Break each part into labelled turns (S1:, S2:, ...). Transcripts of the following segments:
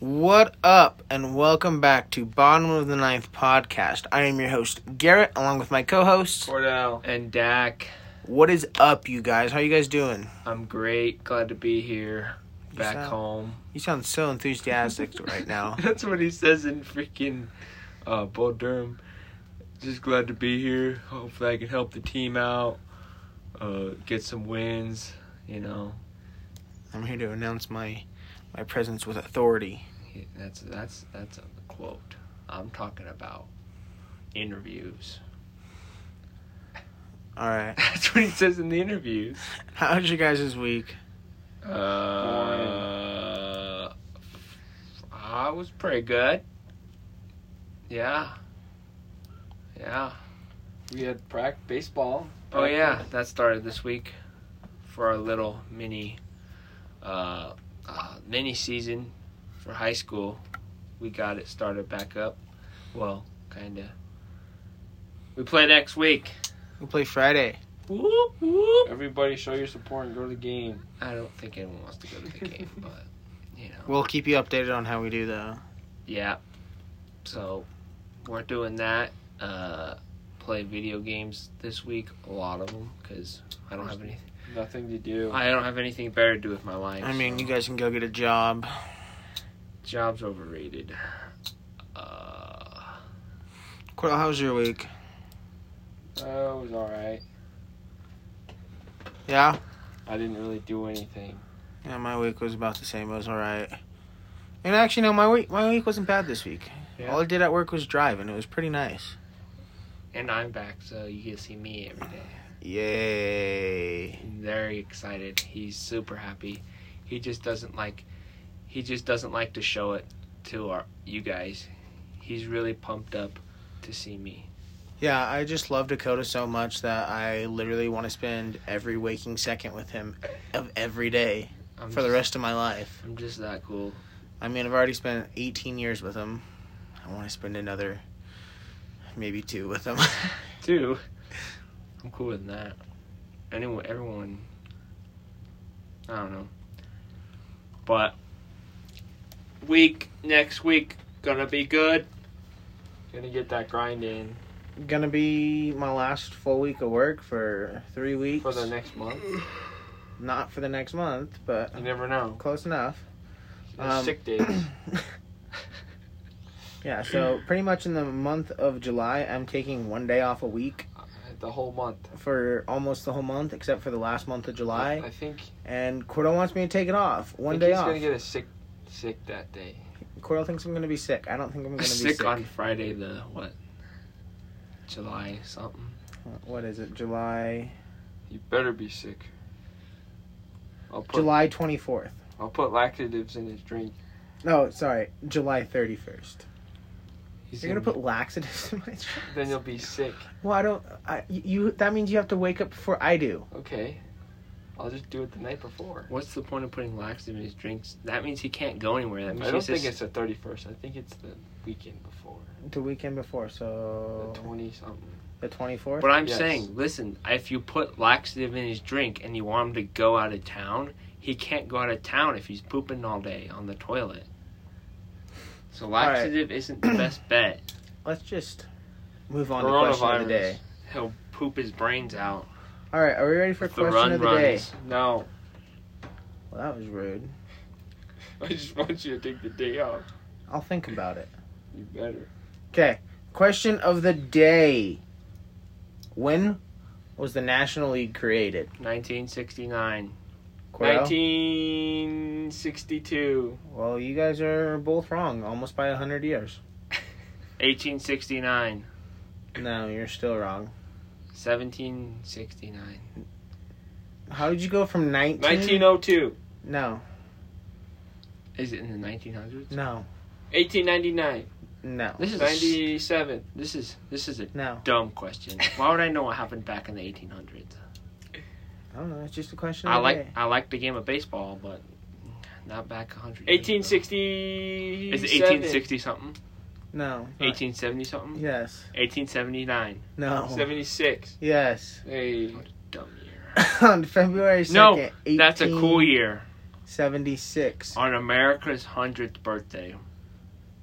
S1: What up, and welcome back to Bottom of the Ninth podcast. I am your host, Garrett, along with my co host.
S2: Cordell.
S3: And Dak,
S1: What is up, you guys? How you guys doing?
S3: I'm great. Glad to be here.
S1: You
S3: Back
S1: sound-
S3: home.
S1: You sound so enthusiastic right now.
S3: That's what he says in freaking uh, Bo Durham. Just glad to be here. Hopefully, I can help the team out, uh, get some wins. You know,
S1: I'm here to announce my my presence with authority.
S3: He- that's that's that's a quote. I'm talking about interviews.
S1: All right.
S3: That's what he says in the interviews.
S1: How's your guys' week?
S3: Uh, I was pretty good. Yeah. Yeah.
S2: We had prac baseball.
S3: Oh yeah, that started this week for our little mini uh, uh, mini season for high school. We got it started back up. Well, kind of. We play next week.
S1: We play Friday.
S3: Whoop, whoop.
S2: Everybody show your support and go to the game.
S3: I don't think anyone wants to go to the game, but you know.
S1: We'll keep you updated on how we do, though.
S3: Yeah. So we're doing that. Uh, play video games this week, a lot of them, because I don't have anything.
S2: Nothing to do.
S3: I don't have anything better to do with my life.
S1: I mean,
S3: so.
S1: you guys can go get a job.
S3: Job's overrated. Uh,
S1: Cordell, how's your week?
S2: Oh, it was alright.
S1: Yeah?
S2: I didn't really do anything.
S1: Yeah, my week was about the same. It was all right. And actually, no, my week my week wasn't bad this week.
S3: Yeah.
S1: All I did at work was drive, and it was pretty nice.
S3: and I'm back, so you get to see me every day.
S1: Yay!
S3: very excited. He's super happy. He just doesn't like he just doesn't like to show it to our you guys. He's really pumped up to see me.
S1: Yeah, I just love Dakota so much that I literally want to spend every waking second with him of every day
S3: I'm
S1: for the
S3: just-
S1: rest of my life.
S3: I'm just that cool.
S1: I mean, I've already spent 18 years with him. I want to spend another maybe two with him.
S3: Two. I'm cooler than that. Anyone, everyone. I don't know. But week next week gonna be good.
S2: Gonna get that grind in
S1: Gonna be my last full week of work for three weeks.
S2: for the next month.
S1: Not for the next month, but
S2: You never know.
S1: close enough.
S2: There's
S1: Um,
S2: sick days.
S1: yeah, so pretty much in the month of July, I'm taking one day off a week
S2: the whole month.
S1: for almost the whole month, except for the last month of July.
S2: I think
S1: And Cordell wants me to take it off. One
S2: think
S1: day
S2: he's
S1: off.
S2: gonna get a sick sick that day.
S1: Cordell thinks I'm going to be sick. I don't think I'm going to be sick.
S3: Sick on Friday the what? July something.
S1: What is it? July
S2: You better be sick. I'll put
S1: July 24th.
S2: I'll put lactatives in his drink.
S1: No, sorry. July 31st.
S3: He's
S1: You're going to put laxatives in my drink?
S2: Then you'll be sick.
S1: Well, I don't I, you that means you have to wake up before I do.
S2: Okay. I'll just do it the night before.
S3: What's the point of putting laxative in his drinks? That means he can't go anywhere. That means
S2: I don't
S3: he's
S2: think
S3: just-
S2: it's the thirty first. I think it's the weekend before.
S1: The weekend before, so
S2: The twenty something.
S1: the 24th.
S3: But I'm
S2: Yes.
S3: saying, listen, if you put laxative in his drink and you want him to go out of town, he can't go out of town if he's pooping all day on the toilet. So
S1: right.
S3: laxative isn't the best bet.
S1: Let's just move on to question of the
S2: Coronavirus.
S1: day.
S3: He'll poop his brains out.
S1: All right, are we ready for
S3: if the
S1: question
S3: run
S1: of the day?
S3: runs.
S2: No.
S1: Well, that was rude.
S2: I just want you to take the day off.
S1: I'll think about it.
S2: You better.
S1: Okay, question of the day. When was the National League created?
S3: 1969.
S1: Cordell?
S2: Nineteen sixty two.
S1: Well, you guys are both wrong, almost by 100 years.
S3: 1869.
S1: No, you're still wrong.
S3: 1769.
S1: How did you go from 19?
S2: Nineteen oh two.
S1: No,
S3: Is it in the 1900s?
S1: no,
S2: Eighteen ninety nine.
S1: no,
S3: This is a s-
S2: Ninety seven.
S3: This is this is a
S1: no.
S3: dumb question. Why would I know what happened back in the 1800s?
S1: I don't know, it's just a question of
S3: I
S1: the
S3: like
S1: day.
S3: I like the game of baseball, but not back 100. years
S2: Eighteen
S3: ago.
S2: sixty
S3: Is it 1860 something?
S1: No. not-
S3: 1870 something?
S1: Yes.
S3: 1879.
S1: No.
S2: seventy six.
S1: Yes.
S2: Hey.
S3: Dumb year.
S1: On February 2nd.
S3: No, That's a cool
S1: 18
S3: year.
S1: 76
S3: On America's 100th birthday,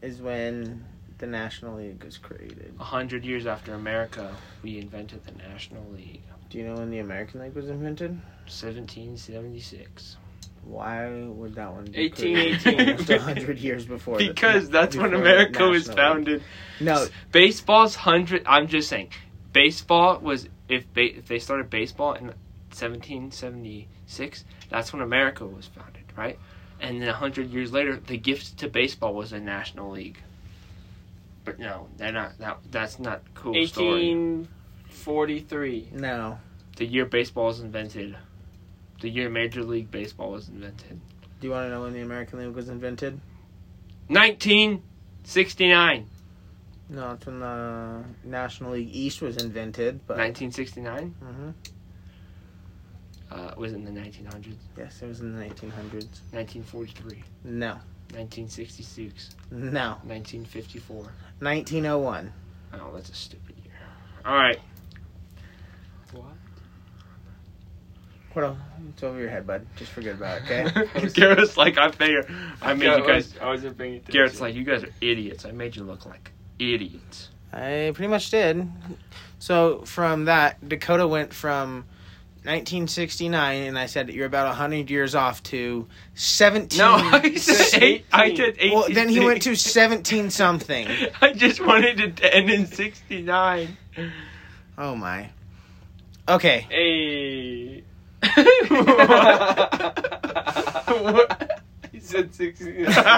S1: is when the National League was created.
S3: 100 years after America, we invented the National League.
S1: Do you know when the American League was invented?
S3: 1776.
S1: Why would that one be created
S2: 1818.
S1: almost 100 years before? the-
S3: Because that's when
S1: before the
S3: America was
S1: National League?
S3: founded.
S1: No,
S3: Baseball's 100. I'm just saying. Baseball was. If, ba- if they started baseball in 1776, that's when America was founded, right? And then 100 years later, the gift to baseball was a National League. But no, they're not. That, that's not cool story.
S2: 1843.
S1: no.
S3: The year baseball was invented. The year Major League Baseball was invented.
S1: Do you want to know when the American League was invented?
S3: 1969.
S1: No, it's when the National League East was invented. But
S3: 1969
S1: Mhm.
S3: uh, was in the 1900s.
S1: yes, it was in the 1900s.
S3: 1943.
S1: No,
S3: 1966.
S1: no,
S3: 1954.
S1: 1901.
S3: Oh, that's a stupid year. All right.
S2: What?
S1: What? el- It's over your head, bud. Just forget about it. Okay.
S3: Garrett's like, I figure. I made you guys.
S2: I wasn't paying attention.
S3: Garrett's like, you guys are idiots. I made you look like idiots.
S1: I pretty much did. So from that, Dakota went from 1969, and I said that you're about 100 years off to 17.
S3: No, I said eight. I did eighteen.
S1: Well, then he went to 17 something.
S3: I just wanted to end in '69.
S1: Oh my. Okay.
S2: Hey.
S3: What?
S2: He said 69.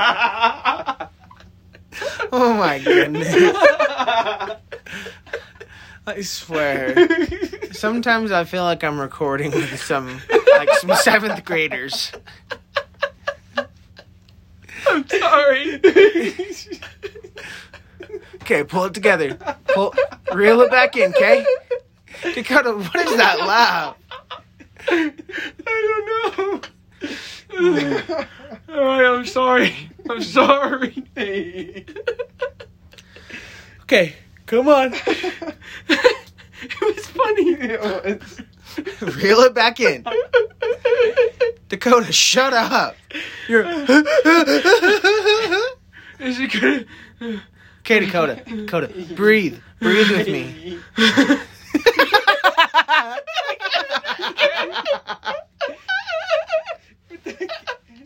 S1: Oh my goodness. I swear. Sometimes I feel like I'm recording with some like some seventh graders.
S3: I'm sorry.
S1: Okay, pull it together. Pull, reel it back in, okay? Dakota, what is that laugh?
S3: I don't know. All right, I'm Oh, sorry. I'm sorry.
S1: Okay, come on.
S3: it was funny.
S1: Reel it back in. Dakota, shut up. You're. okay,
S3: Is it good?
S1: Dakota. Dakota, breathe. Breathe with me.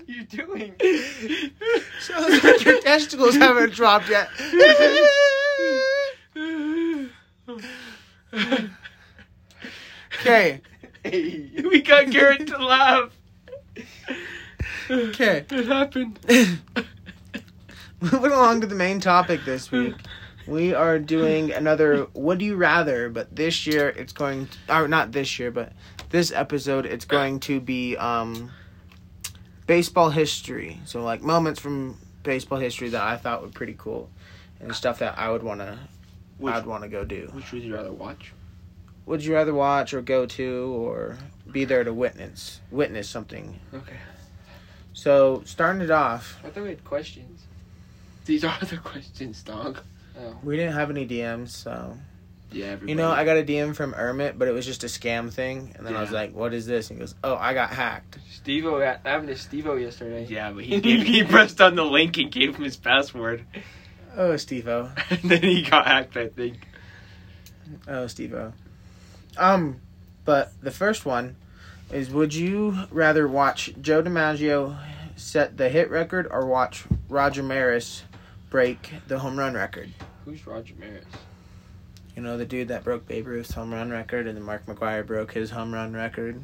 S2: you doing?
S1: Sounds like your testicles haven't dropped yet. Okay,
S2: Hey.
S3: we got Garrett to laugh.
S1: okay.
S3: It happened.
S1: Moving along to the main topic this week. We are doing another Would You Rather, but this year it's going to, or not this year, but this episode it's going to be um baseball history. So like moments from baseball history that I thought were pretty cool and stuff that I would want to
S3: Which-
S1: I'd want to go do.
S3: Which would you rather watch?
S1: Would you rather watch or go to or be there to witness witness something?
S2: Okay.
S1: So, starting it off,
S2: I thought we had questions.
S3: These are the questions, dog.
S2: Oh.
S1: we didn't have any DMs, so
S3: Yeah, everybody.
S1: You know, I got a DM from Ermit, but it was just a scam thing. And then I was
S3: Yeah.
S1: like, what is this? And he goes, oh, I got hacked.
S2: Stevo, that happened to Stevo yesterday.
S3: Yeah, but he gave, he pressed on the link and gave him his password,
S1: Oh, Stevo.
S3: and then he got hacked. I think.
S1: Oh, Stevo. Um, but the first one is would you rather watch Joe DiMaggio set the hit record or watch Roger Maris break the home run record?
S2: Who's Roger Maris?
S1: You know, the dude that broke Babe Ruth's home run record and then Mark McGuire broke his home run record.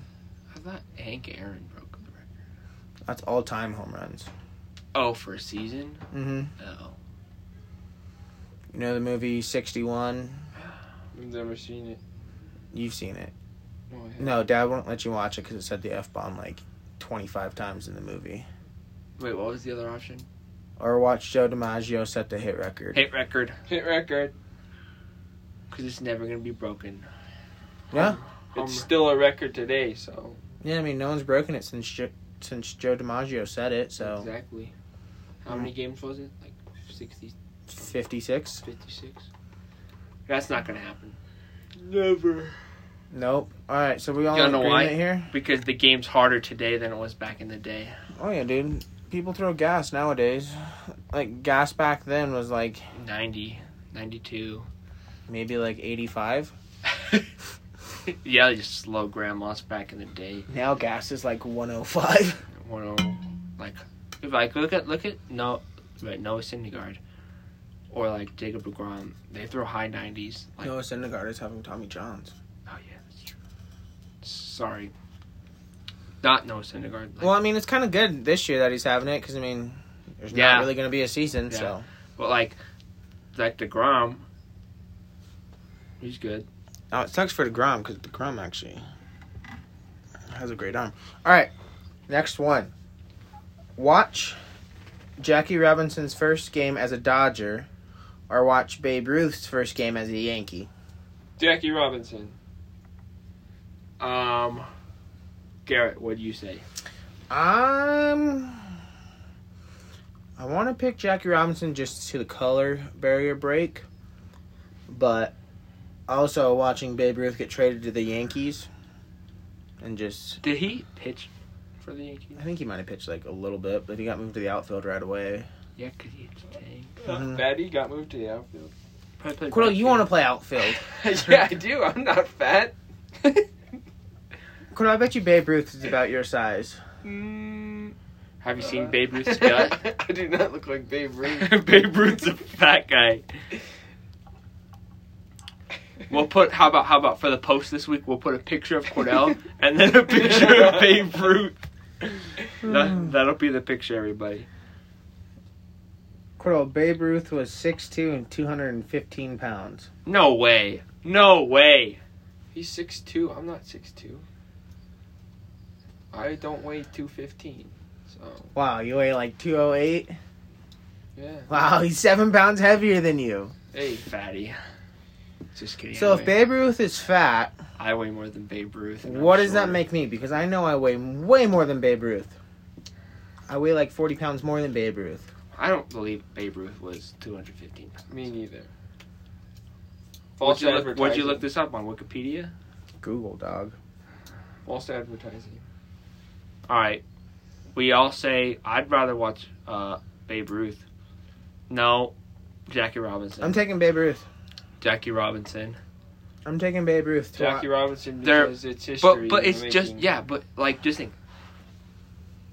S3: I thought Hank Aaron broke the record.
S1: That's all time home runs.
S3: Oh, for a season?
S1: Mm hmm.
S3: Oh.
S1: You know the movie 61?
S2: I've never seen it.
S1: You've seen it.
S2: No, I haven't.
S1: No, Dad wouldn't let you watch it because it said the f bomb like twenty five times in the movie.
S3: Wait, what was the other option?
S1: Or watch Joe DiMaggio set the hit record.
S3: Hit record,
S2: Hit record.
S3: because it's never gonna be broken.
S1: Yeah,
S3: Home-
S2: It's still a record today, so.
S1: yeah. I mean, no one's broken it since jo- since Joe DiMaggio said it. So
S2: Exactly. How
S1: Mm.
S2: many games was it? Like 60,
S1: fifty six.
S2: 56?
S3: That's not gonna happen.
S2: Never.
S1: Nope. All right, so we all
S3: You
S1: in
S3: know
S1: agreement
S3: why?
S1: here.
S3: because the game's harder today than it was back in the day.
S1: Oh yeah, dude. People throw gas nowadays. Like gas back then was like
S3: 90, 92.
S1: maybe like eighty five.
S3: yeah, just slow grandmas back in the day.
S1: Now gas is like one oh five.
S3: One oh, like, if, like look at look at no, right, Noah Syndergaard, or like Jacob Degrom. They throw high nineties. Like,
S1: Noah Syndergaard is having Tommy Johns.
S3: oh yeah, that's true. Sorry, not Noah Syndergaard. Like,
S1: Well, I mean, it's kind of good this year that he's having it because I mean, there's
S3: Yeah.
S1: not really going to be a season,
S3: Yeah.
S1: so
S3: But like, like Degrom, he's good.
S1: Now it sucks for Degrom because Degrom actually has a great arm. All right, next one. Watch Jackie Robinson's first game as a Dodger, or watch Babe Ruth's first game as a Yankee.
S2: Jackie Robinson.
S3: Um, Garrett, what do you say?
S1: Um, I want to pick Jackie Robinson just to the color barrier break, but also watching Babe Ruth get traded to the Yankees, and just
S3: Did he pitch for the Yankees?
S1: I think he might have pitched like a little bit, but he got moved to the outfield right away.
S3: Yeah, cause he hits a tank.
S1: Mhm.
S2: Fatty got moved to the outfield.
S3: Probably played
S1: Quill,
S3: right
S1: you
S3: field.
S1: want to play outfield.
S2: yeah, I do. I'm not fat.
S1: Quill, I bet you Babe Ruth is about your size.
S2: Mm,
S3: Have you
S2: uh,
S3: seen Babe Ruth's gut?
S2: I do not look like Babe Ruth.
S3: Babe Ruth's a fat guy. We'll put how about how about for the post this week we'll put a picture of Cordell and then a picture of Babe Ruth. That, that'll be the picture, everybody.
S1: Quill, Babe Ruth was 6'2 and 215 pounds.
S3: No way. No way.
S2: He's 6'2". I'm not 6'2". I don't weigh 215. So,
S1: Wow, you weigh like 208?
S2: yeah.
S1: Wow, he's 7 pounds heavier than you.
S2: Hey,
S3: Fatty. Just kidding.
S1: so
S3: I
S1: if
S3: weigh-
S1: Babe Ruth is fat,
S3: I weigh more than Babe Ruth. and I'm
S1: what does that
S3: shorter.
S1: make me? Because I know I weigh way more than Babe Ruth. I weigh like 40 pounds more than Babe Ruth.
S3: I don't believe Babe Ruth was 215.
S2: me neither.
S3: What'd you, look, what'd you
S2: advertising.
S3: look this up on Wikipedia?
S1: Google, dog.
S2: False advertising.
S3: All right. We all say I'd rather watch uh, Babe Ruth. No, Jackie Robinson.
S1: I'm taking Babe Ruth.
S3: Jackie Robinson.
S1: I'm taking Babe Ruth. To
S2: Jackie
S1: Jackie
S2: Robinson
S3: They're-
S2: because it's history.
S3: But but
S2: in the
S3: it's just
S2: making.
S3: yeah. But like just think,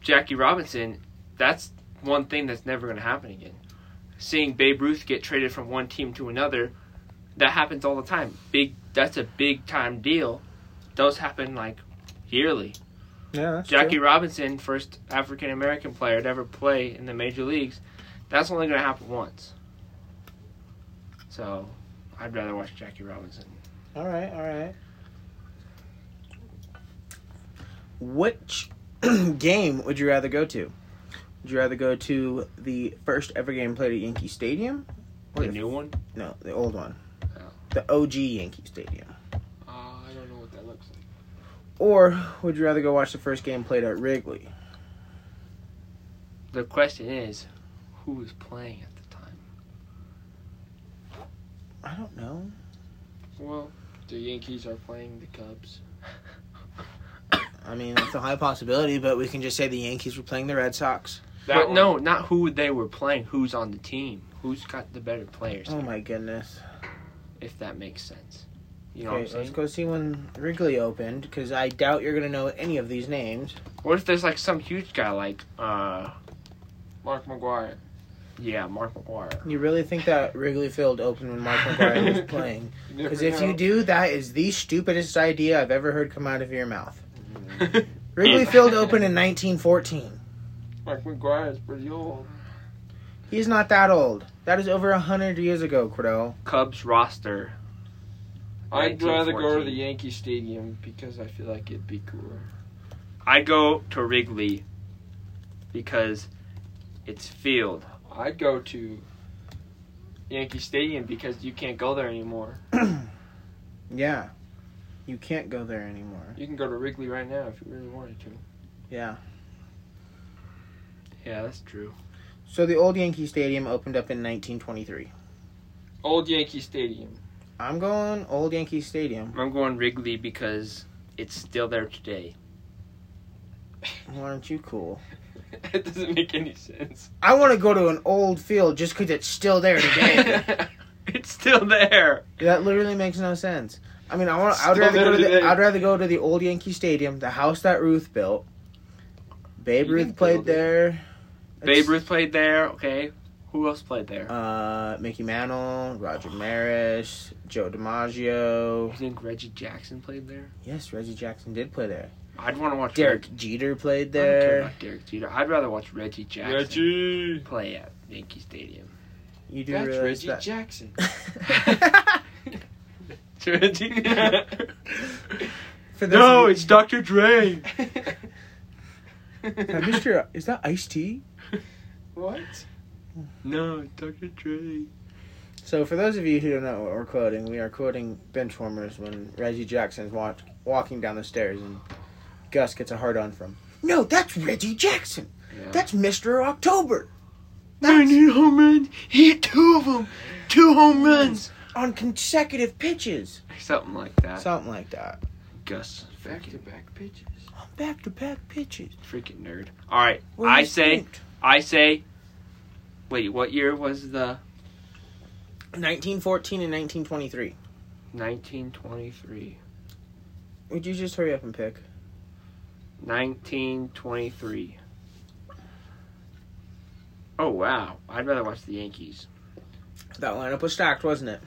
S3: Jackie Robinson. That's one thing that's never going to happen again. Seeing Babe Ruth get traded from one team to another, that happens all the time. Big. That's a big time deal. Those happen like yearly.
S1: yeah, that's
S3: Jackie
S1: true.
S3: Robinson, first African American player to ever play in the major leagues, that's only going to happen once. So, I'd rather watch Jackie Robinson.
S1: All right, all right. Which game would you rather go to? Would you rather go to the first ever game played at Yankee Stadium?
S3: The
S1: the-
S3: new one?
S1: No, the old one.
S3: Oh.
S1: The OG Yankee Stadium.
S2: Uh, I don't know what that looks like.
S1: Or would you rather go watch the first game played at Wrigley?
S3: The question is, who was playing at the time?
S1: I don't know.
S2: Well, the Yankees are playing the Cubs.
S1: I mean, it's a high possibility, but we can just say the Yankees were playing the Red Sox.
S3: but
S2: one-
S3: no, not who they were playing, who's on the team. Who's got the better players,
S1: Oh my goodness.
S3: if that makes sense. You know
S1: Okay,
S3: what I'm
S1: let's
S3: saying?
S1: go see when Wrigley opened, because I doubt you're going to know any of these names.
S3: What if there's like some huge guy like, uh,
S2: Mark McGuire.
S3: yeah, Mark McGuire?
S1: You really think that Wrigley Field opened when Mark McGuire was playing?
S2: You never
S1: Because if
S2: know.
S1: you do, that is the stupidest idea I've ever heard come out of your mouth.
S2: Mhm.
S1: Wrigley Field opened in 1914.
S2: Mark McGuire is pretty old.
S1: He's not that old. That is over 100 years ago, Cordell.
S3: Cubs roster.
S2: I'd rather go to
S3: 1914.
S2: the Yankee Stadium because I feel like it'd be cooler.
S3: I go to Wrigley because it's field.
S2: I'd go to Yankee Stadium because you can't go there anymore.
S1: Yeah. You can't go there anymore.
S2: You can go to Wrigley right now if you really wanted to.
S1: Yeah.
S3: Yeah, that's true.
S1: So the old Yankee Stadium opened up in 1923.
S2: Old Yankee Stadium.
S1: I'm going Old Yankee Stadium.
S3: I'm going Wrigley because it's still there today.
S1: Why aren't you cool?
S2: it doesn't make any sense.
S1: I want to go to an old field just because it's still there today.
S3: it's still there.
S1: that literally makes no sense. I mean, I want. I'd
S2: Still
S1: rather go to
S2: there
S1: the.
S2: today.
S1: I'd rather go to the old Yankee Stadium, the house that Ruth built. Babe
S2: You
S1: Ruth
S2: can
S1: played
S2: build it.
S1: there.
S3: Babe Ruth played there. Okay, who else played there?
S1: Uh, Mickey Mantle, Roger Maris, Joe DiMaggio.
S3: You think Reggie Jackson played there?
S1: Yes, Reggie Jackson did play there.
S3: I'd want to watch Reg-
S1: Derek Jeter played
S3: I don't care
S1: there.
S3: about Derek Jeter. I'd rather watch Reggie Jackson
S2: Reggie.
S3: play at Yankee Stadium.
S1: You do
S2: That's
S1: realize
S2: Reggie
S1: uh, that.
S2: Jackson.
S3: Reggie.
S1: For those
S3: no,
S1: of you-
S3: it's Dr. Dre.
S1: Now, Mr. Is that iced tea?
S2: what?
S3: No, it's Dr. Dre.
S1: So, for those of you who don't know what we're quoting, we are quoting benchwarmers when Reggie Jackson's wa- walking down the stairs and Gus gets a hard on from. No, that's Reggie Jackson.
S3: Yeah.
S1: That's Mr. October.
S3: I
S1: That's
S3: need home runs. He hit two of them. Two home runs.
S1: on consecutive pitches.
S3: Something like that.
S1: Something like that.
S3: Gus,
S2: Back to
S3: freaking,
S2: back pitches.
S1: On back to back pitches.
S3: freaking nerd. All right,
S1: We're
S3: I say-
S1: distinct.
S3: I say. Wait, what year was the
S1: 1914 and 1923.
S3: 1923?
S1: Would you just hurry up and pick?
S3: 1923. Oh wow! I'd rather watch the Yankees.
S1: That lineup was stacked, wasn't it?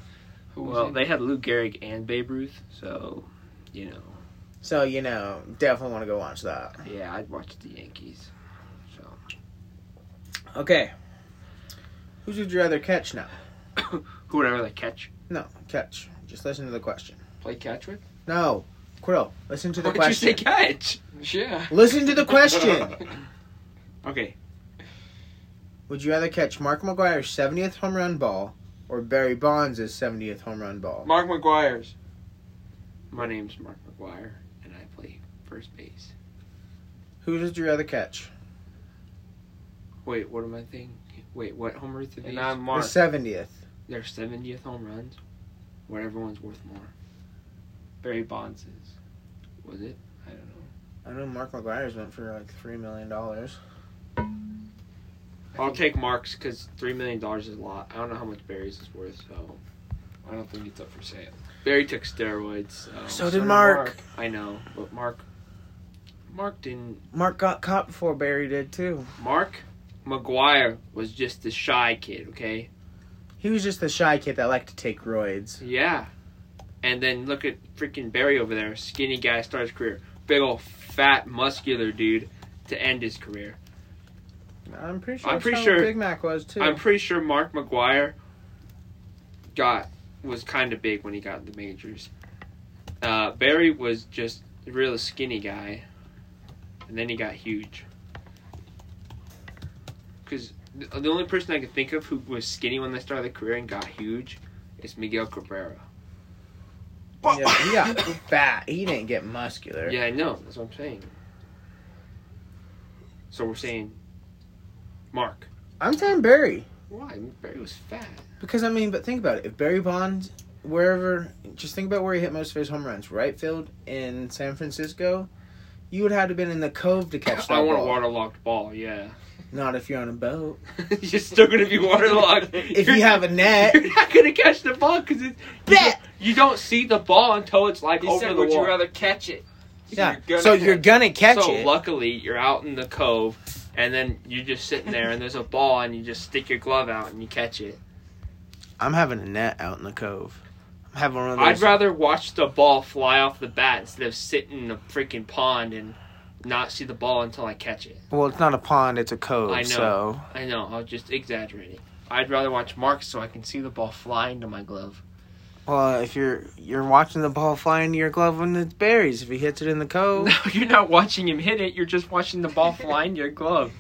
S2: Who was
S3: well,
S2: in-
S3: they had Lou Gehrig and Babe Ruth, so you know,
S1: So, you know, definitely want to go watch that.
S3: yeah, I'd watch the Yankees. So
S1: Okay. Who would you rather catch now?
S3: who would I rather catch?
S1: No, catch. Just listen to the question.
S2: play catch with?
S1: No, Quill, listen to the
S3: Why'd
S1: question.
S3: you say catch?
S2: Yeah.
S1: listen to the question.
S3: Okay,
S1: Would you rather catch Mark McGuire's 70th home run ball or Barry Bonds' 70th home run ball?
S2: Mark McGuire's.
S3: my name's Mark McGuire, and I play first base.
S1: Who would you rather catch?
S3: Wait, what am I thinking? Wait, what home runs did they?
S2: And I'm
S1: The
S2: Mark.
S1: 70th.
S3: Their seventieth home runs. Whatever one's worth more. Barry Bonds is. Was it? I don't know.
S1: I know Mark McGuire's went for like $3 million.
S3: I'll take Mark's because three million dollars is a lot. I don't know how much Barry's is worth, so
S2: I don't think it's up for sale.
S3: Barry took steroids. So,
S1: So did Mark.
S3: I know, but Mark, Mark didn't.
S1: Mark got caught before Barry did, too.
S3: Mark McGuire was just the shy kid, okay?
S1: He was just the shy kid that liked to take roids.
S3: Yeah, and then look at freaking Barry over there, skinny guy, starts career, big old fat muscular dude to end his career.
S1: I'm pretty sure.
S3: I'm
S1: that's
S3: pretty
S1: how
S3: sure-
S1: Big Mac was, too.
S3: I'm pretty sure Mark McGuire got was kind of big when he got in the majors. Uh, Barry was just a real skinny guy, and then he got huge. Because the only person I could think of who was skinny when they started their career and got huge is Miguel Cabrera.
S1: yeah, he got fat. He didn't get muscular.
S3: Yeah, I know. That's what I'm saying. So we're saying Mark.
S1: I'm saying Barry.
S3: Why? Barry was fat.
S1: Because I mean, but think about it. If Barry Bonds, wherever, just think about where he hit most of his home runs. Right field in San Francisco, you would have to been in the cove to catch that
S3: I want a
S1: ball.
S3: waterlogged ball. Yeah.
S1: Not if you're on a boat.
S3: You're still gonna be waterlogged.
S1: If you have a net.
S3: you're not gonna catch the ball because you,
S1: Bet.
S3: don't- you don't see the ball until it's like
S2: He
S3: over
S2: said,
S3: the
S2: "Would you
S3: wall.
S2: rather catch it?"
S1: Yeah.
S2: gonna
S1: so you're gonna catch
S3: so
S1: it.
S3: luckily, you're out in the cove, and then you're just sitting there, and there's a ball, and you just stick your glove out and you catch it.
S1: I'm having a net out in the cove. I'm having one of those.
S3: I'd rather watch the ball fly off the bat instead of sitting in a freaking pond and not see the ball until I catch it.
S1: well, it's not a pond. It's a cove.
S3: I know.
S1: So
S3: I know, I was just exaggerating. I'd rather watch Mark so I can see the ball fly into my glove.
S1: well, if you're you're watching the ball fly into your glove when it's berries, if he hits it in the cove,
S3: No, you're not watching him hit it. You're just watching the ball fly into your glove.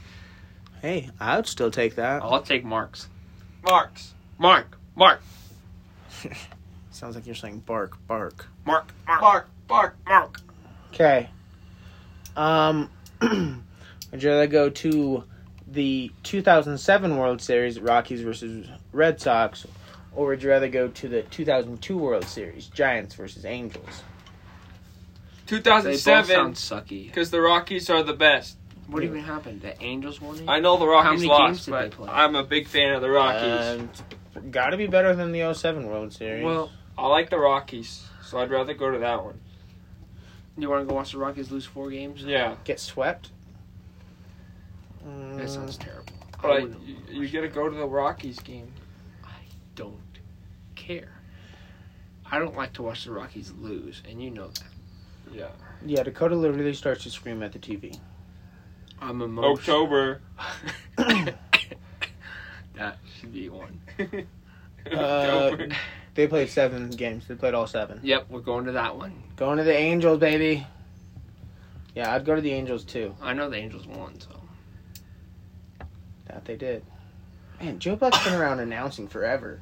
S1: hey, I would still take that.
S3: I'll take Mark's.
S2: Marks.
S3: Mark, Mark,
S1: Sounds like you're saying bark, bark.
S3: Mark, Mark, Mark,
S2: Bark. Bark.
S3: Mark.
S1: Okay. Um, would you rather go to the 2007 World Series, Rockies versus Red Sox, Or would you rather go to the 2002 World Series, Giants versus Angels?
S3: They both
S2: 2007,
S3: sound sucky.
S2: because the Rockies are the best.
S3: What even happened? The Angels won it.
S2: I know the
S3: How
S2: Rockies
S3: many games
S2: lost,
S3: did
S2: but
S3: they play? Uh,
S2: I'm a big fan of the Rockies.
S1: Um, gotta be better than the 07 World Series.
S3: well,
S2: I like the Rockies, so I'd rather go to that one.
S3: you want to go watch the Rockies lose four games?
S2: Yeah,
S1: get swept.
S3: That sounds
S1: Mm,
S3: terrible. I
S2: but
S3: wouldn't
S2: you,
S3: watch
S2: you get to go to the Rockies game.
S3: don't care. I don't like to watch the Rockies lose, and you know that.
S2: Yeah,
S1: yeah, Dakota literally starts to scream at the TV.
S3: I'm emotional.
S2: October.
S3: that should be one.
S1: Uh,
S2: October.
S1: they played seven games. They played all seven.
S3: Yep, we're going to that one.
S1: Going to the Angels, baby. Yeah, I'd go to the Angels too.
S3: I know the Angels won, so
S1: That they did. Man, Joe Buck's been around announcing forever.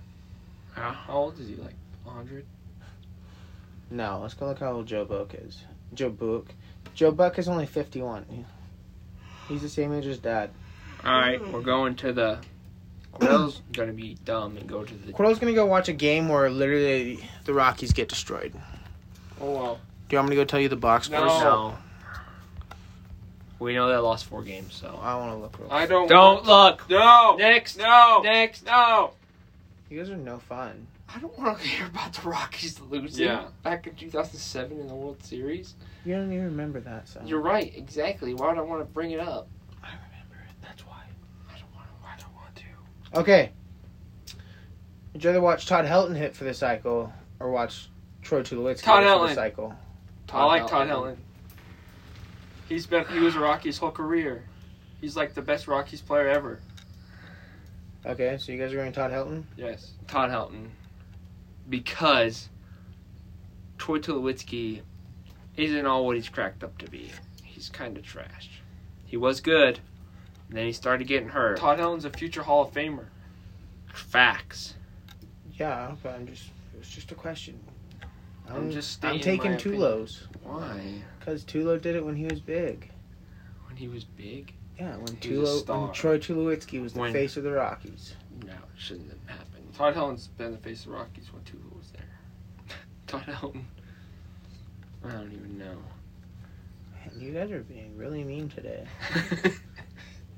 S2: How old is he? Like 100?
S1: No, let's go look how old Joe Buck is. Joe Buck. Joe Buck is only 51. He- He's the same age as dad.
S3: all right, we're going to the. Cordell's gonna be dumb and go to the.
S1: Cordell's gonna go watch a game where literally the Rockies get destroyed.
S2: Oh wow.
S1: Do you want me to go tell you the box
S2: No.
S1: first?
S3: No. We know they lost four games, so
S1: I want to look real
S2: I don't.
S3: don't look.
S2: No.
S3: Next,
S2: No.
S3: next.
S2: No.
S1: You guys are no fun.
S3: I don't want to hear about the Rockies losing
S2: Yeah.
S3: back in 2007 in the World Series.
S1: You don't even remember that, so.
S3: You're right, exactly. Why would I want to bring it up?
S1: I remember it. That's why.
S3: I don't want to. I don't want to.
S1: Okay. Would you rather watch Todd Helton hit for the cycle or watch Troy Tulowitzki
S2: Todd
S1: hit for
S2: Helton.
S1: the cycle?
S2: I like Todd Helton. He's been. He was a Rockies whole career. He's like the best Rockies player ever.
S1: Okay, so you guys are going Todd Helton?
S2: Yes.
S3: Todd Helton because Troy Tulowitzki isn't all what he's cracked up to be. He's kind of trash. He was good, and then he started getting hurt.
S2: Todd Helton's a future Hall of Famer.
S3: Facts.
S1: Yeah, but I'm just. It was just a question.
S3: I'm just
S1: I'm
S3: stating
S1: taking
S3: my opinion.
S1: Tulos.
S3: Why?
S1: Because Tulo did it when he was big.
S3: When he was big?
S1: Yeah, when
S3: He was a
S1: Tulo, when
S3: star.
S1: Troy Tulowitzki was the
S3: When-
S1: face of the Rockies.
S3: No, it shouldn't have happened.
S2: Todd Helton's been the face of the Rockies when Tula was there.
S3: Todd Helton. I don't even know.
S1: Man, you guys are being really mean today.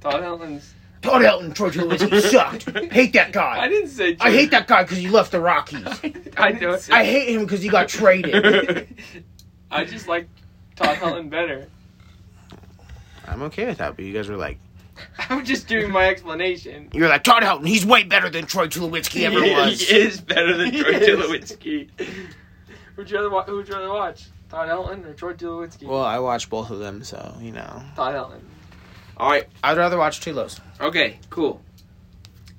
S2: Todd Helton's.
S1: Todd Helton, Troy Tulowitzki sucked. Hate that guy.
S2: I didn't say.
S1: I hate that guy because he left the Rockies.
S3: I
S2: didn't
S3: don't-
S2: say-
S1: I hate him because he got traded.
S2: I just like Todd Helton better.
S1: I'm okay with that, but you guys were like,
S2: I'm just giving my explanation.
S1: you're like Todd Helton. He's way better than Troy Tulowitzki ever
S3: He
S1: was.
S3: is better than
S2: He
S3: Troy
S2: is.
S3: Tulowitzki.
S2: Who'd you rather watch? Who'd you rather watch? Todd Helton or Troy Tulowitzki?
S1: Well, I watched both of them, so you know.
S2: Todd Helton.
S3: All right.
S1: I'd rather watch Tulos.
S3: Okay. Cool.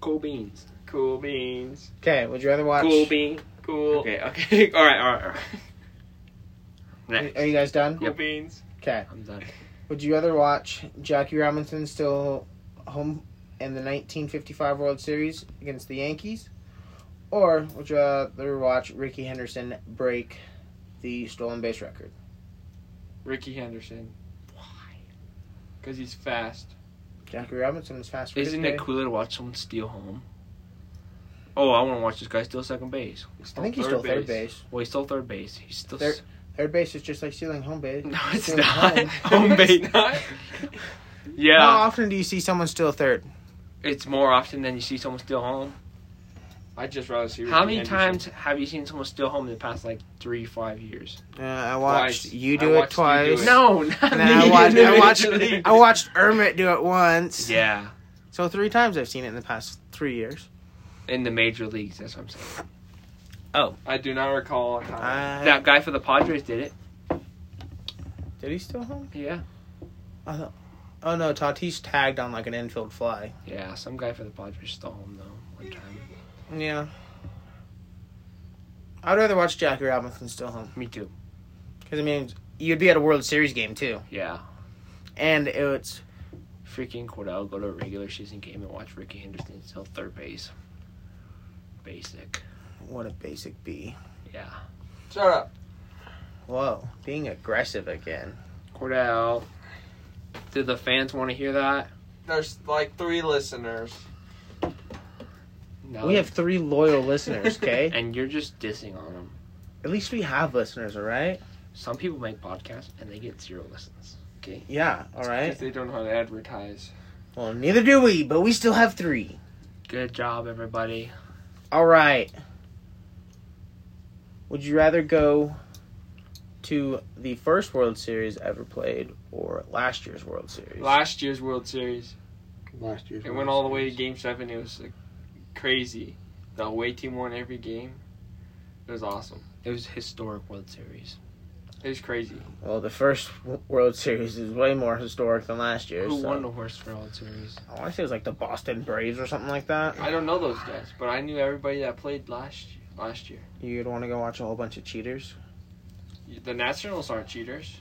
S3: Cool beans.
S2: Cool beans.
S1: Okay, would you rather watch?
S3: Cool beans.
S2: Cool.
S3: Okay, okay. all right, all right, all right. Next.
S1: Are you guys done?
S2: Cool beans.
S1: Okay.
S3: I'm done.
S1: Would you rather watch Jackie Robinson still home in the 1955 World Series against the Yankees, or would you rather watch Ricky Henderson break the stolen base record?
S2: Ricky Henderson. Because he's fast.
S1: Jackie Robinson was fast. for his
S3: Isn't it
S1: day.
S3: cooler to watch someone steal home? Oh, I want to watch this guy steal second base.
S1: I think he stole third base.
S3: Well, he stole third base. He still.
S1: Third- Third base is just like stealing home base.
S3: No, it's
S1: Stealing
S3: not.
S1: home.
S3: Home base.
S2: It's not.
S1: How
S3: yeah,
S1: often do you see someone steal third?
S3: it's more often than you see someone steal home.
S2: I'd just rather see.
S3: How
S2: Ricky
S3: many
S2: Henderson.
S3: times have you seen someone steal home in the past like three, five years?
S1: Uh, I watched
S2: Twice.
S1: you
S2: I
S1: do it
S2: watched you do
S1: twice.
S2: it.
S3: No, not
S1: And then I
S3: me
S1: watched, I
S3: individually.
S1: watched, I watched Ermit do it once.
S3: Yeah,
S1: So three times I've seen it in the past three years.
S3: in the major leagues. That's what I'm saying.
S2: I do not recall. a time.
S1: I-
S3: That guy for the Padres did it.
S1: Did he steal home?
S3: Yeah.
S1: Oh no, Tatis tagged on like an infield fly.
S3: Yeah, some guy for the Padres stole home though one time.
S1: Yeah. I'd rather watch Jackie Robinson steal home
S3: Me too.
S1: because I mean you'd be at a World Series game too,
S3: Yeah.
S1: and it's
S3: Freaking Cordell go to a regular season game and watch Ricky Henderson steal third base. Basic.
S1: what a basic B.
S3: Yeah.
S2: Shut up.
S1: Whoa, being aggressive again.
S3: Cordell. Did the fans want to hear that?
S2: There's like three listeners.
S3: Now
S1: we
S3: that-
S1: have three loyal listeners, okay?
S3: and you're just dissing on them.
S1: At least we have listeners, all right?
S3: Some people make podcasts and they get zero listens. Okay.
S1: Yeah, all right.
S2: Because they don't know how to advertise.
S1: Well, neither do we, but we still have three.
S3: Good job, everybody.
S1: All right. Would you rather go to the first World Series ever played or last year's World Series?
S2: Last year's World Series,
S4: Last year's.
S2: it went all the way to Game Seven. It was like, crazy. The away team won every game. It was awesome.
S3: It was a historic World Series.
S2: It was crazy.
S1: Well, the first w- World Series is way more historic than last year's.
S3: Who
S1: so-
S3: won the worst World Series?
S1: I want to say it was like the Boston Braves or something like that.
S2: I don't know those guys, but I knew everybody that played last last year.
S1: You'd want to go watch a whole bunch of cheaters.
S2: The Nationals aren't cheaters.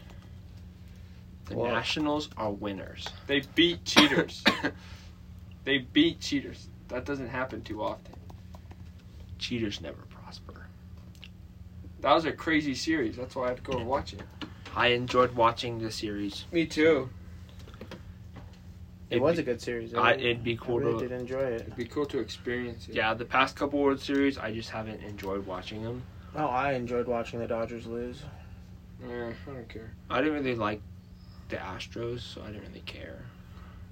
S3: The
S1: Well-
S3: Nationals are winners.
S2: They beat cheaters. they beat cheaters. That doesn't happen too often.
S3: Cheaters never prosper.
S2: That was a crazy series. That's why I had to go and watch it.
S3: I enjoyed watching the series.
S2: Me too.
S1: It,
S3: It'd
S1: was
S3: be-
S1: a good series.
S3: I- it'd be cool
S1: I really
S3: to-
S1: did enjoy it.
S2: It'd be cool to experience it.
S3: Yeah, the past couple World Series, I just haven't enjoyed watching them.
S1: Oh, I enjoyed watching the Dodgers lose.
S2: Yeah, I don't care.
S3: I didn't really like the Astros, so I didn't really care.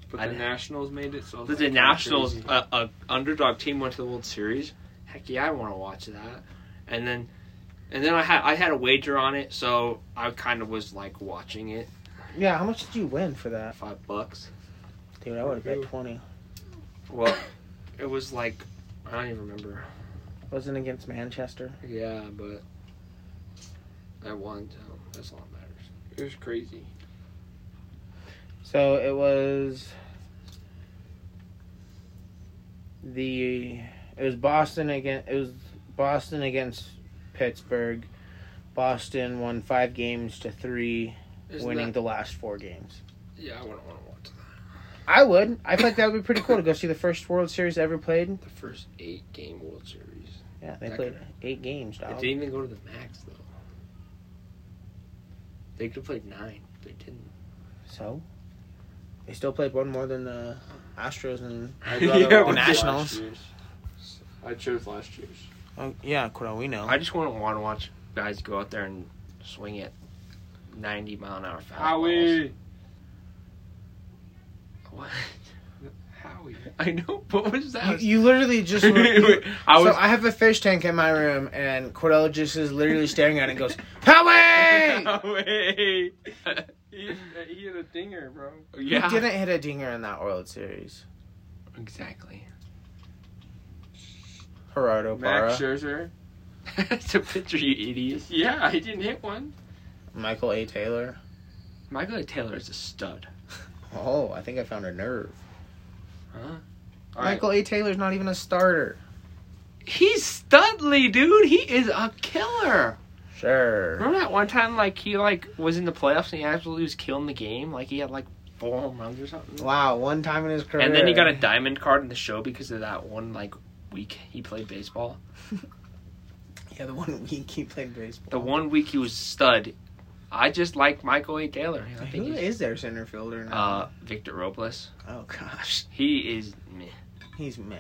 S2: But
S3: I
S2: the
S3: d-
S2: Nationals made it, so it was
S3: But the
S2: like
S3: Nationals,
S2: crazy.
S3: a, a underdog team, went to the World Series. Heck yeah, I want to watch that. And then, and then I had I had a wager on it, so I kind of was like watching it.
S1: Yeah, how much did you win for that?
S3: Five bucks.
S1: Dude, I would have bet 20.
S3: Well, it was like I don't even remember.
S1: Wasn't against Manchester.
S3: Yeah, but I won. So that's all that matters.
S2: It was crazy.
S1: So it was the it was Boston against it was Boston against Pittsburgh. Boston won 5 games to 3,
S2: Isn't
S1: winning
S2: that-
S1: the last 4 games.
S2: yeah, I wouldn't want to watch that.
S1: I would. I think that would be pretty cool to go see the first World Series ever played.
S3: The first eight game World Series.
S1: Yeah, they
S3: That
S1: played 8 games,
S3: They
S1: dog.
S3: didn't even go to the max though. They could have played nine. but They didn't.
S1: So they still played one more than the Astros and
S2: I'd
S3: Yeah,
S2: rather
S3: but
S2: watch
S1: Nationals.
S2: last year's. I chose last year's.
S1: oh, yeah, Cordell, we know.
S3: I just wouldn't want to watch guys go out there and swing it 90 mile an hour fastballs.
S2: Howie.
S3: What?
S2: Howie.
S3: I know. What was
S1: You,
S3: that?
S1: you literally just were-
S3: I was.
S1: so I have a fish tank in my room, and Cordell just is literally staring at it and goes, Howie!
S3: Howie!
S2: He, he had a dinger, bro.
S3: yeah.
S1: He didn't hit a dinger in that World Series.
S3: Exactly.
S1: Gerardo Parra,
S2: Max Scherzer.
S3: That's a picture, you idiot.
S2: Yeah, he didn't hit one.
S1: Michael A. Taylor.
S3: Michael Taylor is a stud.
S1: Oh, I think I found a nerve.
S3: Huh?
S2: All right.
S1: Michael A. Taylor's not even a starter.
S3: He's studly, dude. He is a killer.
S1: Sure.
S3: Remember that one time, like he like was in the playoffs and he absolutely was killing the game. Like he had like four home runs or something.
S1: Wow, one time in his career.
S3: And then he got a diamond card in the show because of that one like week he played baseball.
S1: Yeah, the one week he played baseball.
S3: The one week he was stud. I just like Michael A. Taylor. I think
S1: Who
S3: he's,
S1: is their center fielder now?
S3: uh Victor Robles.
S1: oh, gosh.
S3: He is meh.
S1: He's meh.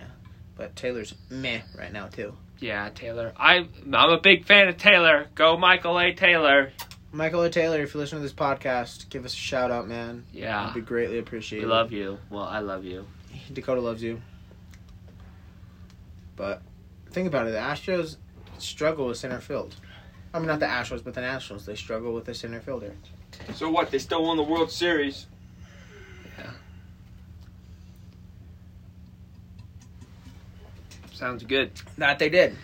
S1: But Taylor's meh right now, too.
S3: yeah Taylor. I I'm a big fan of Taylor. Go Michael A. Taylor.
S1: Michael A. Taylor, if you listen to this podcast, give us a shout out, man.
S3: Yeah,
S1: It'd be greatly
S3: we
S1: appreciated.
S3: love you. Well, I love you.
S1: Dakota loves you. But think about it. The Astros struggle with center field. I mean, not the Astros, but the Nationals. They struggle with the center fielder.
S2: So what? They still won the World Series.
S3: Sounds good.
S1: That they did.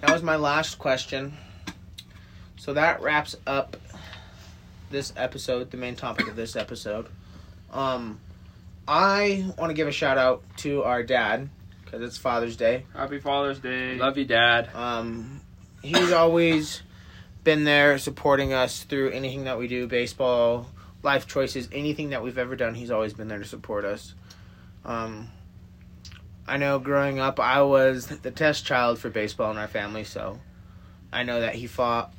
S1: That was my last question. So that wraps up this episode, the main topic of this episode. Um, I want to give a shout out to our dad because it's Father's Day.
S2: Happy Father's Day.
S3: Love you, Dad.
S1: Um, he's always been there supporting us through anything that we do baseball, life choices, anything that we've ever done. He's always been there to support us. Um, I know growing up, I was the test child for baseball in our family, so I know that he fought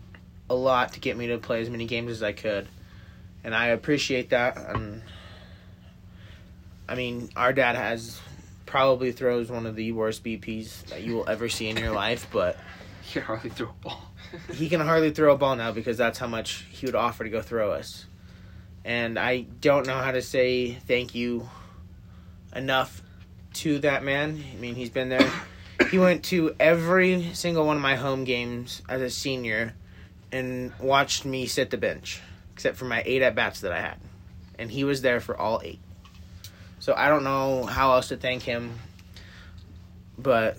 S1: a lot to get me to play as many games as I could. And I appreciate that. Um, I mean, our dad has probably throws one of the worst BPs that you will ever see in your life, but
S3: He can hardly throw a ball.
S1: he can hardly throw a ball now because that's how much he would offer to go throw us. And I don't know how to say thank you enough to that man. I mean, he's been there. He went to every single one of my home games as a senior and watched me sit the bench, except for my eight at bats that I had. And he was there for all eight. So I don't know how else to thank him, but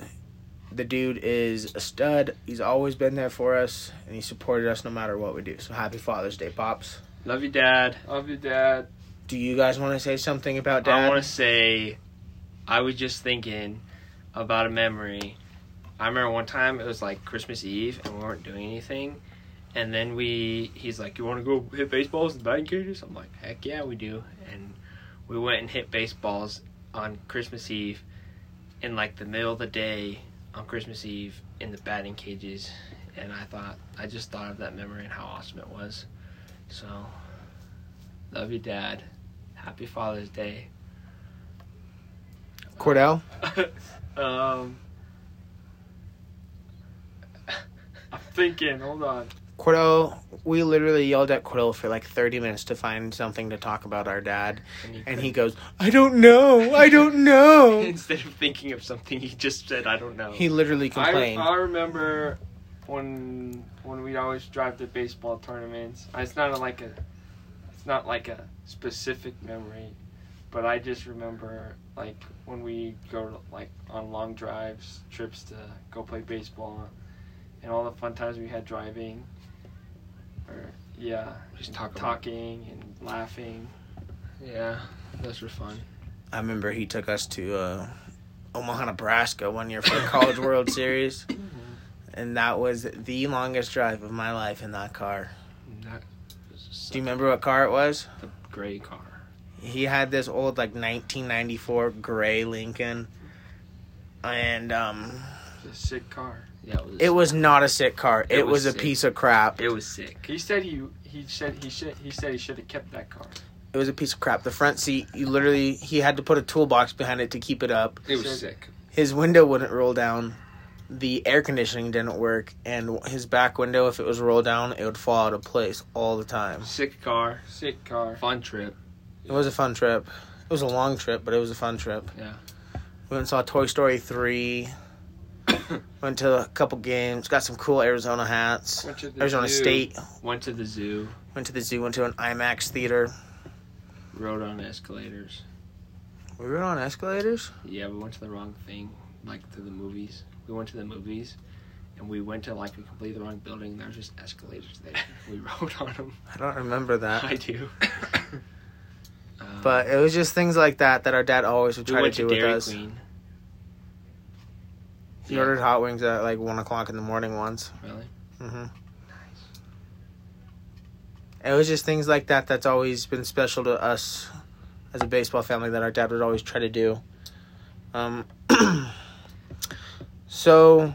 S1: the dude is a stud. He's always been there for us, and he supported us no matter what we do. So happy Father's Day, pops!
S3: Love you, Dad.
S2: Love you, Dad.
S1: Do you guys want to say something about
S3: I
S1: Dad?
S3: want to say, I was just thinking about a memory. I remember one time it was like Christmas Eve and we weren't doing anything, and then we he's like, "You want to go hit baseballs and batting cages?" I'm like, "Heck yeah, we do!" And we went and hit baseballs on Christmas Eve, in like the middle of the day on Christmas Eve in the batting cages, and I thought I just thought of that memory and how awesome it was. So, love you, Dad. Happy Father's Day.
S1: Cordell,
S2: um, I'm thinking. Hold on.
S1: Cordell, we literally yelled at Cordell for like thirty minutes to find something to talk about our dad, and he goes, "I don't know, I don't know."
S3: instead of thinking of something, he just said, "I don't know."
S1: he literally
S2: I, uh,
S1: complained.
S2: I remember when when we'd always drive to baseball tournaments. It's not a, like a it's not like a specific memory, but I just remember like when we go like on long drives, trips to go play baseball, and all the fun times we had driving. Or yeah,
S3: Just talk about-
S2: talking and laughing.
S3: yeah, those were fun.
S1: I remember he took us to uh, Omaha, Nebraska one year for the College World Series, and that was the longest drive of my life in that car.
S3: That was such
S1: Do you remember what car it was?
S3: a great car.
S1: He had this old like 1994 gray Lincoln, and um,
S2: It's a sick car.
S3: Yeah, it was.
S1: it was not a sick car. It,
S3: It
S1: was,
S3: was
S1: a
S3: sick.
S1: piece of crap. It,
S3: It was sick.
S2: He said he he said he should he said he should have kept that car.
S1: was a piece of crap. The front seat, you literally he had to put a toolbox behind it to keep it up.
S3: It was sick.
S1: His window wouldn't roll down. The air conditioning didn't work, and his back window, if it was rolled down, it would fall out of place all the time.
S3: Sick car.
S2: Sick car.
S3: Fun trip.
S1: It was a fun trip. It was a long trip, but it was a fun trip.
S3: Yeah.
S1: We went and saw Toy Story 3. went to a couple games. Got some cool Arizona hats.
S2: Went to the
S1: Arizona
S2: zoo.
S1: State.
S3: Went to the zoo.
S1: Went to the zoo. Went to an IMAX theater.
S3: Rode on escalators.
S1: We were on escalators.
S3: Yeah, we went to the wrong thing. Like to the movies. We went to the movies. And we went to like a completely wrong building. There was just escalators there. We rode on them.
S1: I don't remember that.
S3: I do. Um,
S1: But it was just things like that that our dad always would
S3: we
S1: try to
S3: went to
S1: do with
S3: Dairy
S1: us.
S3: Queen.
S1: He
S3: Yeah.
S1: ordered hot wings at like one o'clock in the morning once.
S3: Really?
S1: hmm It was just things like that that's always been special to us as a baseball family that our dad would always try to do. Um, so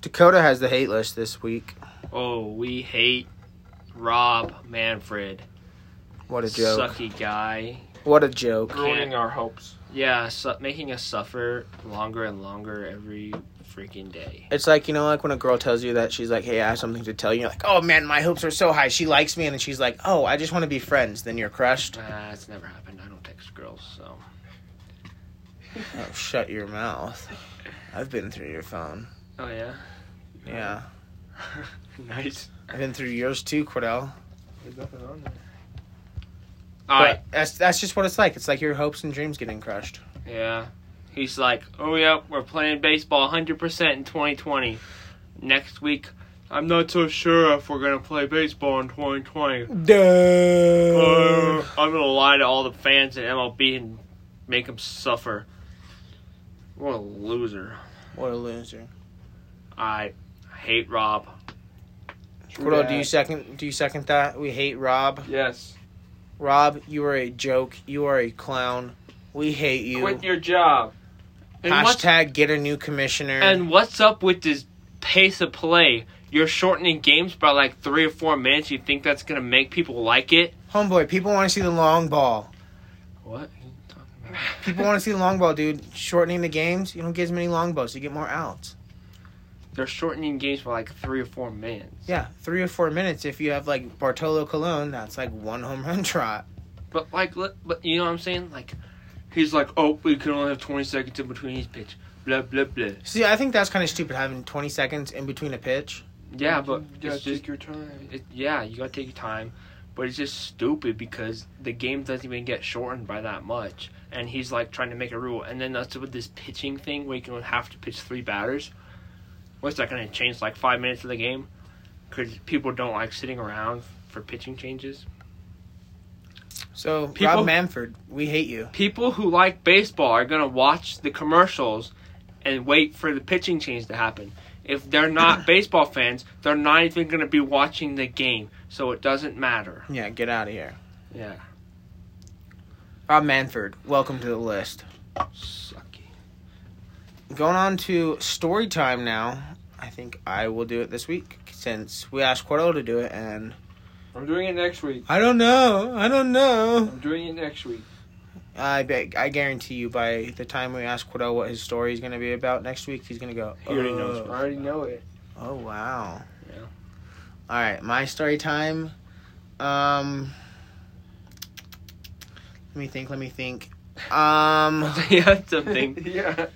S1: Dakota has the hate list this week.
S3: Oh, we hate Rob Manfred.
S1: What a joke!
S3: Sucky guy.
S1: What a joke!
S2: Ruining our hopes.
S3: Yeah, su- making us suffer longer and longer every freaking day.
S1: It's like you know, like when a girl tells you that she's like, "Hey, I have something to tell you." You're like, "Oh man, my hopes are so high. She likes me," and then she's like, "Oh, I just want to be friends." Then you're crushed.
S3: Uh, it's never happened. I don't text girls, so.
S1: Oh, shut your mouth! I've been through your phone.
S3: Oh, yeah?
S1: Yeah,
S3: nice.
S1: I've been through yours too, Cordell.
S2: There's nothing on there.
S3: All right.
S1: But that's that's just what it's like. It's like your hopes and dreams getting crushed.
S3: Yeah. He's like, oh, yeah, we're playing baseball 100% in 2020. Next week, I'm not so sure if we're going to play baseball in 2020. Uh, I'm gonna lie to all the fans at MLB and make them suffer. What a loser!
S1: what a loser.
S3: I hate Rob.
S1: Cordell, do you second do you second that? We hate Rob.
S2: Yes.
S1: Rob, you are a joke. You are a clown. We hate you.
S2: Quit your job.
S3: And what's,
S1: Hashtag get a new commissioner.
S3: and what's up with this pace of play? You're shortening games by like three or four minutes. You think that's gonna make people like it?
S1: Homeboy, people want to see the long ball.
S3: What? Are you talking
S1: People want to see the long ball, dude. Shortening the games, you don't get as many long balls. You get more outs.
S3: They're shortening games by like three or four minutes.
S1: Yeah, three or four minutes. If you have like Bartolo Colon, that's like one home run trot.
S3: But like, li- but you know what I'm saying? Like, he's like, oh, we can only have 20 seconds in between each pitch. Blah blah blah.
S1: See, I think that's kind of stupid having 20 seconds in between a pitch.
S3: Yeah, but
S2: you gotta
S3: it's just
S2: take your time.
S3: it, yeah, you gotta take your time, but it's just stupid because the game doesn't even get shortened by that much, and he's like trying to make a rule, and then that's with this pitching thing where you can only have to pitch three batters. What's that gonna change? Like five minutes of the game, because people don't like sitting around for pitching changes.
S1: So,
S3: People-
S1: Rob Manford, we hate you.
S3: People who like baseball are gonna watch the commercials and wait for the pitching change to happen. If they're not baseball fans, they're not even gonna be watching the game, so it doesn't matter.
S1: Yeah, get out of here.
S3: Yeah.
S1: Rob Manford, welcome to the list.
S3: Sucky.
S1: Going on to story time now. I think I will do it this week since we asked Cordell to do it, and
S2: I'm doing it next week.
S1: I don't know. I don't know.
S2: I'm doing it next week.
S1: I bet, I guarantee you, by the time we ask Cordell what his story is going to be about next week, he's going to go.
S3: He already knows
S1: "Oh."
S2: I already know it.
S1: Oh wow.
S3: Yeah.
S1: All right, my story time. Um Let me think, let me think. Um
S3: you had something.
S2: yeah.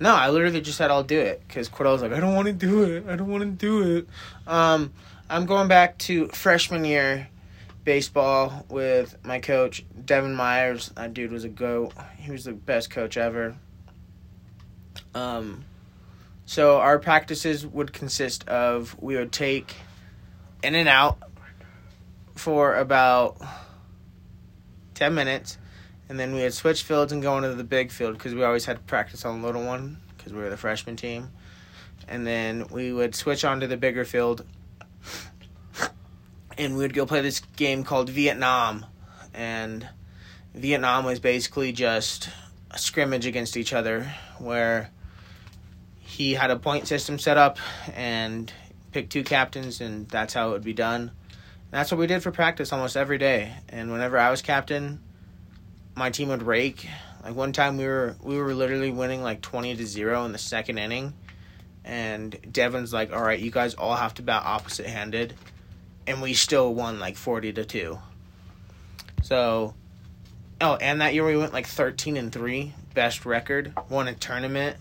S1: no, I literally just said I'll do it cuz Cordell's like I don't want to do it. I don't want to do it. Um I'm going back to freshman year baseball with my coach Devin Myers. That dude was a goat. He was the best coach ever. Um so our practices would consist of we would take in and out for about 10 minutes and then we would switch fields and go into the big field because we always had to practice on the little one because we were the freshman team and then we would switch onto the bigger field and we would go play this game called vietnam and vietnam was basically just a scrimmage against each other where he had a point system set up and pick two captains and that's how it would be done. And that's what we did for practice almost every day. And whenever I was captain, my team would rake. Like one time we were we were literally winning like 20 to 0 in the second inning and Devin's like, "All right, you guys all have to bat opposite-handed." And we still won like 40 to 2. So Oh, and that year we went like 13 and 3, best record, won a tournament.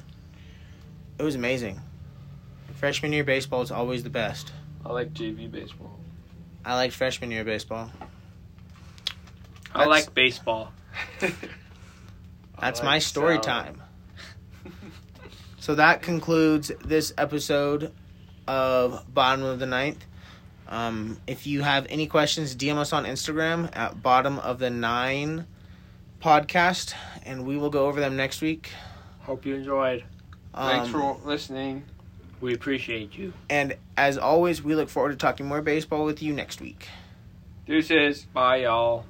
S1: It was amazing. Freshman year baseball is always the best.
S2: I like JV baseball.
S1: I like freshman year baseball.
S3: I
S1: That's-
S3: like baseball.
S1: That's
S2: like
S1: my story
S2: salad.
S1: time. so that concludes this episode of Bottom of the Ninth. Um, if you have any questions, DM us on Instagram at Bottom of the Nine Podcast, and we will go over them next week.
S3: Hope you enjoyed.
S2: Thanks
S1: Um,
S2: for listening.
S3: We appreciate you.
S1: And as always, we look forward to talking more baseball with you next week.
S2: Deuces.
S3: Bye, y'all.